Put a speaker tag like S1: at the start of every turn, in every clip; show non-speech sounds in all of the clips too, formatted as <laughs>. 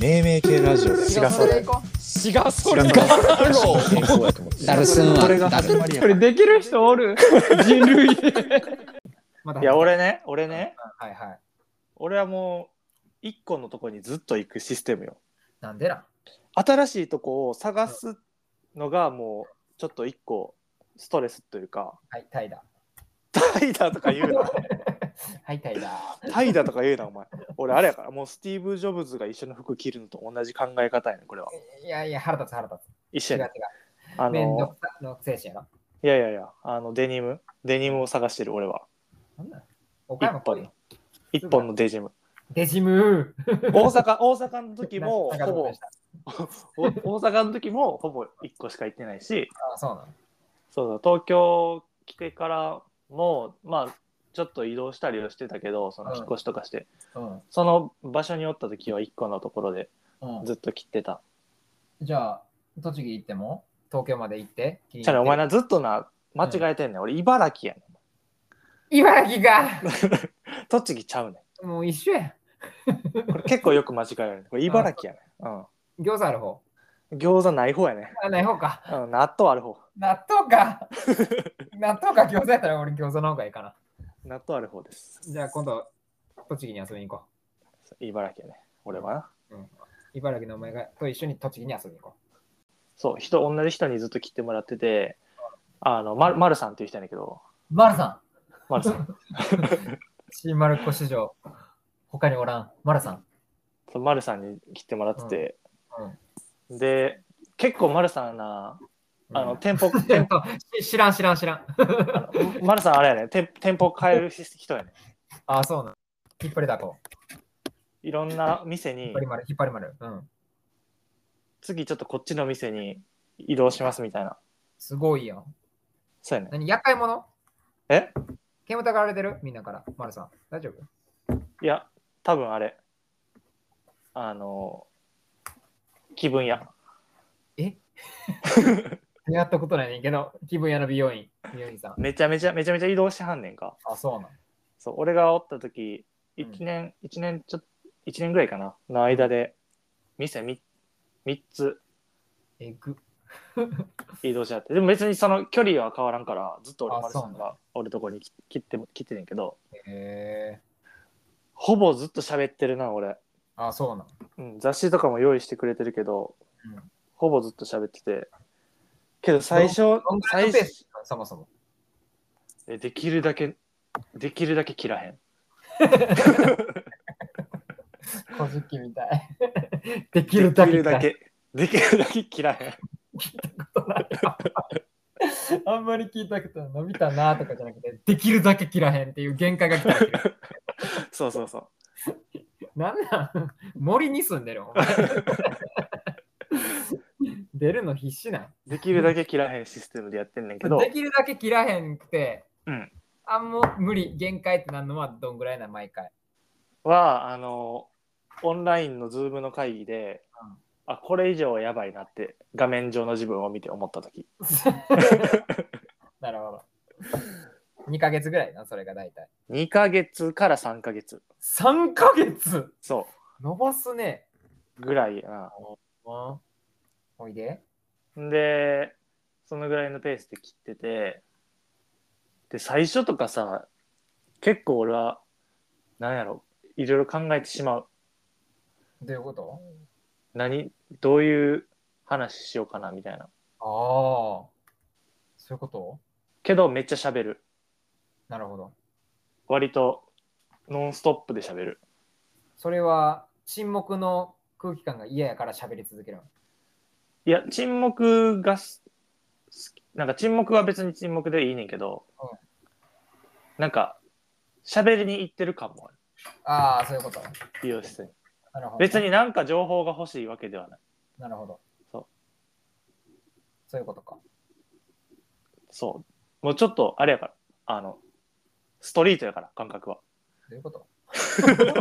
S1: 命名系ラジオだよ
S2: 違うそれ行こ
S3: 違うそれ
S1: 違う
S3: ガーロー
S1: 健康やと思って
S4: ダルスン
S1: これが
S4: はダ
S1: 始
S4: ル
S1: まりや
S5: こ
S1: から
S5: れできる人おる人類で。
S2: うまだ
S3: いや俺ね俺ね
S2: はいはい
S3: 俺はもう一個のとこにずっと行くシステムよ
S2: なんでな
S3: 新しいとこを探すのがもうちょっと一個ストレスという <laughs> か
S2: はいタイだ
S3: タイだとか言うな
S2: はいタイだ
S3: タイだとか言うなお前俺あれやからもうスティーブ・ジョブズが一緒の服着るのと同じ考え方やねこれはい
S2: やいや腹立つ腹立
S3: 一
S2: つ
S3: 緒
S2: 違う違
S3: や
S2: う
S3: ねあ
S2: めんど
S3: の
S2: くさの精神やろ
S3: いやいやいやあのデニムデニムを探してる俺は
S2: なんなん岡
S3: 一
S2: 山来
S3: 本
S2: い
S3: の一本のデジム
S2: デジム
S3: 大阪大阪の時 <laughs> も
S2: なんか
S3: ほぼお大阪の時もほぼ1個しか行ってないし
S2: あそうなの
S3: そうそう東京来てからもまあちょっと移動したりはしてたけどその引っ越しとかして、
S2: うん
S3: その場所におった時は1個のところで
S2: うん
S3: ずっと切ってた。
S2: じゃあ、栃木行っても、東京まで行って、気に入って
S3: じゃあねお前なずっとな間違えてんねん、俺茨城やね
S2: 茨城か
S3: ん栃木ちゃうね
S2: もう一緒や。
S3: んこれ結構よく間違えられるこれ茨城やねん、
S2: 餃子ある方。
S3: うん、餃子ない方やね
S2: あ、ない方か。
S3: ん、うん、納豆ある方
S2: 納
S3: <laughs>
S2: 豆か。納豆か餃子やったら俺餃子の方がいいかな。
S3: 納豆ある方です
S2: じゃあ今度、栃木に遊びに行こ
S3: 茨城やね俺はな
S2: う。茨城のお前がと一緒に栃木に遊びに行こ
S3: そう人同じ人にずっと切ってもらっててあのまるまるさんっていう人やねんけど
S2: う。丸さ
S3: まるさん
S2: ん、新丸子市場、他におらん。丸さん。
S3: その丸さんに切ってもらってて、
S2: うん
S3: で結構丸さんなあの
S2: うん
S3: 店舗
S2: えっ
S3: 店
S2: とし <laughs> 知らん知らん知らん。
S3: 舗丸さんあれやね店店舗変える人やね
S2: あ、そうなの。引っ張りだこ。
S3: いろんな店
S2: 引っ
S3: に
S2: 張り丸、引っ張り丸。うん。
S3: 次ちょっとこっちの店に移動しますみたいな
S2: すごいよ。
S3: そうやね
S2: 何厄介者
S3: え
S2: 煙たがられてるみんなから。丸さん。大丈夫
S3: いや多分あれあの気分屋
S2: やったことないねんけど、気分屋の美容院。美容院さん。
S3: めちゃめちゃめちゃめちゃ移動してはんねんか
S2: あ、そうなの。
S3: そう俺がおった時
S2: うん
S3: 1年、一年ちょっと1年ぐらいかなの間で店 3, 三つ
S2: えぐ。
S3: 移動し合ってでも別にその距離は変わらんからずっと俺
S2: あ
S3: 丸さん
S2: そうなん
S3: が俺とこにき切って切ってねんけど
S2: へえ
S3: ほぼずっと喋ってるな俺、
S2: あ、そうなの。
S3: うん、雑誌とかも用意してくれてるけど、
S2: うん
S3: ほぼずっと喋っててけど最初
S2: ロングラ
S3: 最
S2: インペース
S3: 初
S2: そもそも。
S3: えできるだけできるだけ切らへん
S2: 小じきみたい。 <laughs> できるだ
S3: で
S2: け。
S3: きるだけできるだけ切らへん
S2: あんまり聞いたけど、伸びたなとかじゃなくて、できるだけ切らへんっていう限界が来たら切る。
S3: そうそうそう
S2: なんなん <laughs> 森に住んでるお前 <laughs> 出るの必死なん。
S3: できるだけ切らへんシステムでやってんねんけど
S2: できるだけ切らへんくて、
S3: うん
S2: あんもう無理、限界ってなんのはどんぐらいな、毎回。
S3: はあのオンラインのズームの会議で、
S2: うん
S3: あこれ以上はやばいなって画面上の自分を見て思った時
S2: なるほど。2ヶ月ぐらいな、それが大体。
S3: 2ヶ月から3ヶ月
S2: 3ヶ月
S3: そ
S2: 伸ばすね。
S3: うぐらいやな
S2: おいで。
S3: でそのぐらいのペースで切っててで最初とかさ結構俺はなんやろいろいろ考えてしまう
S2: どういうこと
S3: 何どういう話しようかなみたいな
S2: ああ。そういうこと
S3: けどめっちゃ喋る
S2: なるほど。
S3: 割とノンストップで喋る
S2: それは沈黙の空気感が嫌やから喋り続けるの。
S3: いや、沈黙がす、すなんか沈黙は別に沈黙でいいねんけど、
S2: う
S3: なんか、喋りに行ってる感もある。
S2: ああ、そういうこと。
S3: 美容室に。
S2: なるほど。
S3: <laughs> 別。になんか情報が欲しいわけではない。
S2: なるほど。
S3: そう。
S2: そういうことか。
S3: そう。もうちょっと、あれやから、あの、ストリートやから、感覚は。
S2: どういうこと <laughs>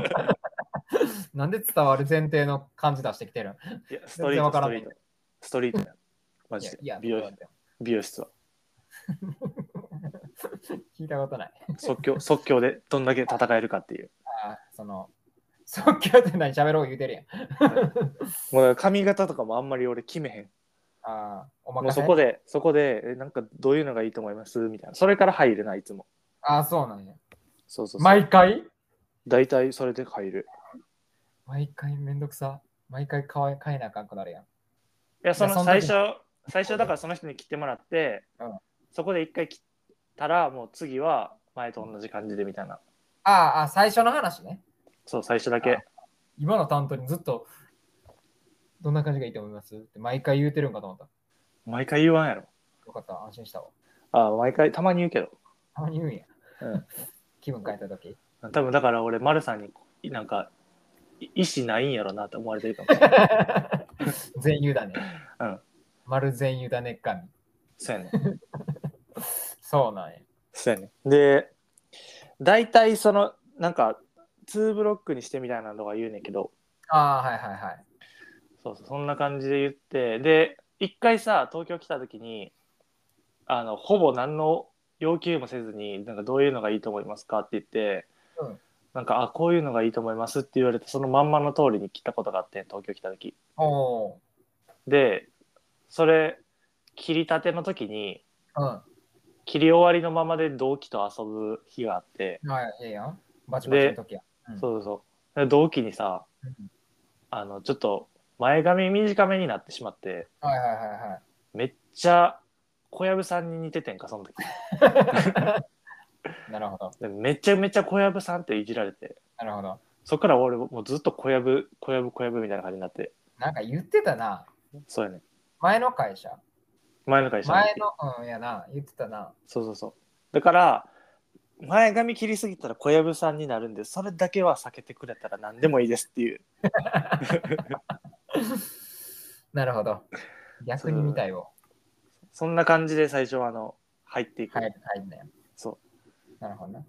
S2: なんで伝わる前提の感じ出してきてるん
S3: いや、ストリー
S2: わ
S3: ト、
S2: か
S3: ス
S2: ら
S3: トリ
S2: んねん
S3: ート。ストリートや。マジで
S2: い。や、い
S3: 美
S2: や
S3: 容美容室は。
S2: 聞いたことない。
S3: <laughs> 即興、即興でどんだけ戦えるかっていう。
S2: あーその、即興って何喋ろう言うてるやん。
S3: もうだから髪型とかもあんまり俺決めへん。
S2: ああ、お
S3: もう
S2: 任せ。
S3: そこで、そこで、えなんかどういうのがいいと思いますみたいな。それから入るな、いつも。
S2: ああ、そうなんや。
S3: そうそうそう。
S2: 毎回
S3: 大体それで入る。
S2: 毎回めんどくさ。毎回変え変えなあかんくなるやん。
S3: いや、そ
S2: いやそ
S3: の
S2: の
S3: 最
S2: 時
S3: 初、最初だからその人に切ってもらって、
S2: うん
S3: そこで一回切ったら、もう次は前と同じ感じでみたいな。
S2: ああ、ああ最初の話ね。
S3: そう、最初だけ。
S2: 今の担当にずっと、どんな感じがいいと思いますって毎回言うてるんかと思った。
S3: 毎回言わんやろ。
S2: よかった、安心したわ。
S3: あ毎回、たまに言うけど。
S2: たまに言うんや。
S3: う
S2: 気分変えたとき。
S3: 多分だから俺、丸さんに、いなんか、い意思ないんやろなって思われてるかも <laughs> しれない。
S2: 全油だね。
S3: うん。
S2: 丸全油だねっかみ。
S3: そうやね。
S2: そうなんや。
S3: そうやね。で、大体その、なんか、2ブロックにしてみたいなのが言うねんけど、
S2: ああ、はいはいはい。
S3: そうそう、そんな感じで言って、で、一回さ、東京来た時に、あの、ほぼ何の要求もせずに、なんかどういうのがいいと思いますかって言って、
S2: うん
S3: なんか、あ、こういうのがいいと思いますって言われて、そのまんまの通りに来たことがあって、東京来た時。
S2: おお
S3: で、それ、切りたての時に、
S2: ー。う
S3: 切り終わりのままで同期と遊ぶ日があって、
S2: ん。はい、いいやん。バチバチの時や。うん
S3: そうそうそう。で同期にさ、
S2: うん
S3: あの、ちょっと前髪短めになってしまって、
S2: はいはいはいはい。
S3: めっちゃ小籔さんに似ててんか、その時。
S2: なるほど。
S3: でめちゃめちゃ小籔さんっていじられて、
S2: なるほど。
S3: そっから俺もうずっと小籔、小籔、小籔みたいな感じになって、
S2: なんか言ってたな。
S3: そうやね。
S2: 前の会社。
S3: 前の会社の
S2: 前の、うん、やな。言ってたな。
S3: そうそうそう。だから、前髪切りすぎたら小籔さんになるんで、それだけは避けてくれたら何でもいいですっていう。
S2: なるほど。逆に見たいを。
S3: そんな感じで最初はあの、入っていく。
S2: 入る、入るね。
S3: そ
S2: なるほどな。
S3: う。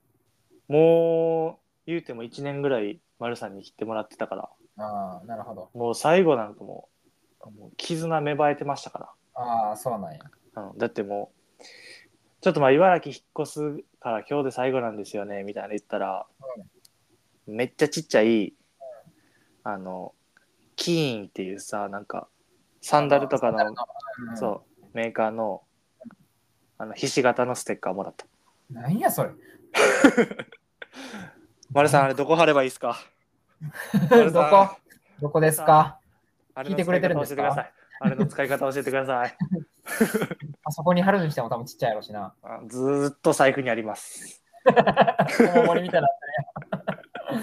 S3: もう、言うても1年ぐらい丸さんに切ってもらってたから、
S2: ああ、なるほど。
S3: もう最後なんかもう、もう絆芽生えてましたから。
S2: ああ、そうなんや。
S3: あのだってもうちょっとまあ茨城引っ越すから今日で最後なんですよねみたいなの言ったら、めっちゃちっちゃいあのキーンっていうさなんかサンダルとかの
S2: サンダルうん
S3: そうメーカーのあのひし形のステッカーもらった
S2: なんやそれ。
S3: 丸さんあれどこ貼ればいいですか丸
S2: ど
S3: さん
S2: こどこですか
S3: あれ
S2: 聞
S3: の
S2: いてく
S3: 使
S2: れ
S3: い
S2: てるん
S3: 方教えて
S2: ですか
S3: くださいあれの使い方教えてください
S2: あそこに貼るにしても多分ちっちゃいやろしな。
S3: <laughs> あずーっと財布にあります
S2: お守りみたいになってるやん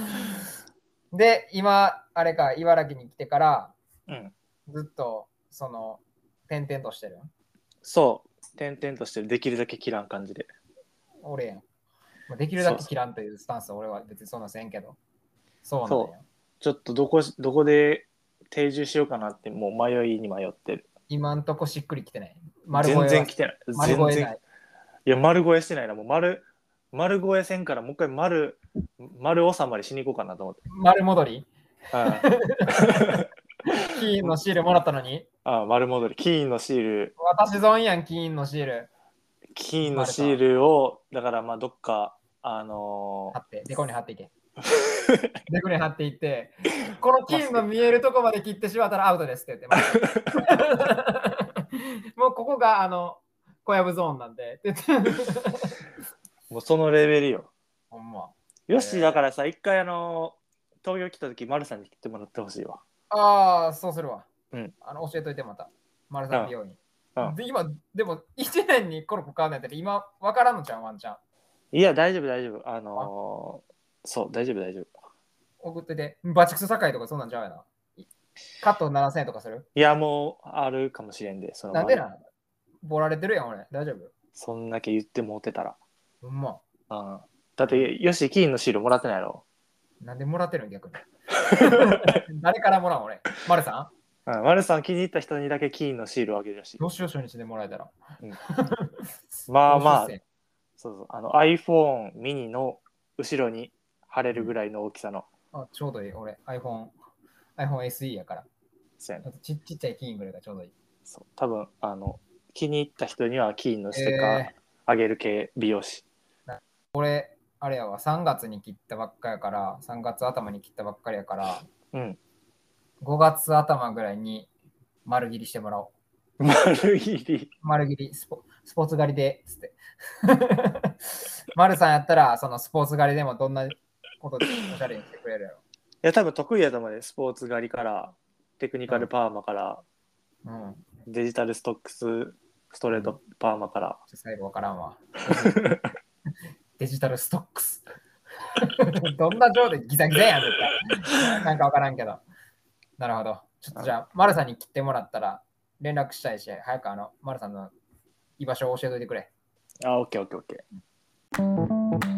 S2: で、今、あれか、茨城に来てから、
S3: うん
S2: ずっと、その、点々としてる。
S3: そう点々としてできるだけ切らん感じで
S2: 俺やん。まあ、できるだ
S3: そう
S2: け
S3: そう
S2: 切らんというスタンス、俺は別にそんなせんけど。そうなん
S3: そ
S2: や。
S3: ちょっとどこしどこで定住しようかなってもう迷いに迷ってる。
S2: 今んとこしっくりきてない。丸声
S3: 全然
S2: は
S3: 来てない。
S2: 丸
S3: 全
S2: 声
S3: 然
S2: ない。
S3: いや丸声してないなもう丸丸声せんからもう一回丸丸収まりしに行こうかなと思って。
S2: 丸戻り
S3: あ
S2: 金のシールもらったのに。
S3: あああ丸戻り金のシール
S2: 私ぞんやん、金のシール。
S3: 金のシールをだからまあどっかあの
S2: 貼って、デコに貼っていけ。デコに貼っていって、この金の見えるとこまで切ってしまったらアウトですって言って <laughs> ます。もうここがあの小籔ゾーンなんで。って言って
S3: ーもうそのレベルよ。
S2: <laughs> ほんま。
S3: よしだからさ一回あのー東京来た時丸さんに来てもらってほしいわ。
S2: ああ、そうするわ。
S3: うん
S2: あの教えといてまた。丸さん美容院。
S3: うん
S2: で今、でも1年にコロコ買わないって今わからんのちゃん、ワンちゃん。
S3: いや大丈夫大丈夫あのーそう大丈夫大丈夫。
S2: 送ってて、バチクソ高いとかそうなんちゃうやな。カット7000円とかする
S3: いやもうあるかもしれんでその
S2: なんでなんボラれてるやん、俺。大丈夫
S3: そんだけ言ってもうてたら。
S2: ほんま。
S3: うん、だって、よし、金のシールもらってないやろ。
S2: なんでもらってるん
S3: <laughs>
S2: 逆に。誰からもらう俺。マルさ
S3: うん、丸さん気に入った人にだけ金のシールをあげるらしい
S2: ん。よしよしにしてもらえたら。
S3: まあまあ
S2: どうしようして
S3: そうそう。あの iPhone mini の後ろに貼れるぐらいの大きさの。
S2: あちょうどいい、俺。iPhone、iPhone SE やから。
S3: そうやね
S2: あとちちっちゃい金ぐらいがちょうどいい。
S3: そう多分あの気に入った人には金のステッカーあげる系美容師。
S2: 俺、あれやわ、3月に切ったばっかやから、3月頭に切ったばっかりやから、
S3: うん。
S2: 5月頭ぐらいに丸切りしてもらおう。
S3: 丸 <laughs> 切り。
S2: 丸切り、スポスポーツ狩りで、つって。 <laughs> 丸さんやったら、そのスポーツ狩りでもどんなことでおしゃれにしてくれるやろ。
S3: いや、多分得意やと思うね。スポーツ狩りから、テクニカルパーマから、
S2: うん。
S3: デジタルストックス、ストレートパーマから。
S2: ちょ最後わからんわ。デジタルストックス。 <laughs> どんな上でギザギザやん、絶対。なんかわからんけど。なるほど。ちょっとじゃあ、マルさんに切ってもらったら、連絡したいし、早くあの、マルさんの居場所を教えといてくれ。
S3: あ、オッケーオッケーオッケー。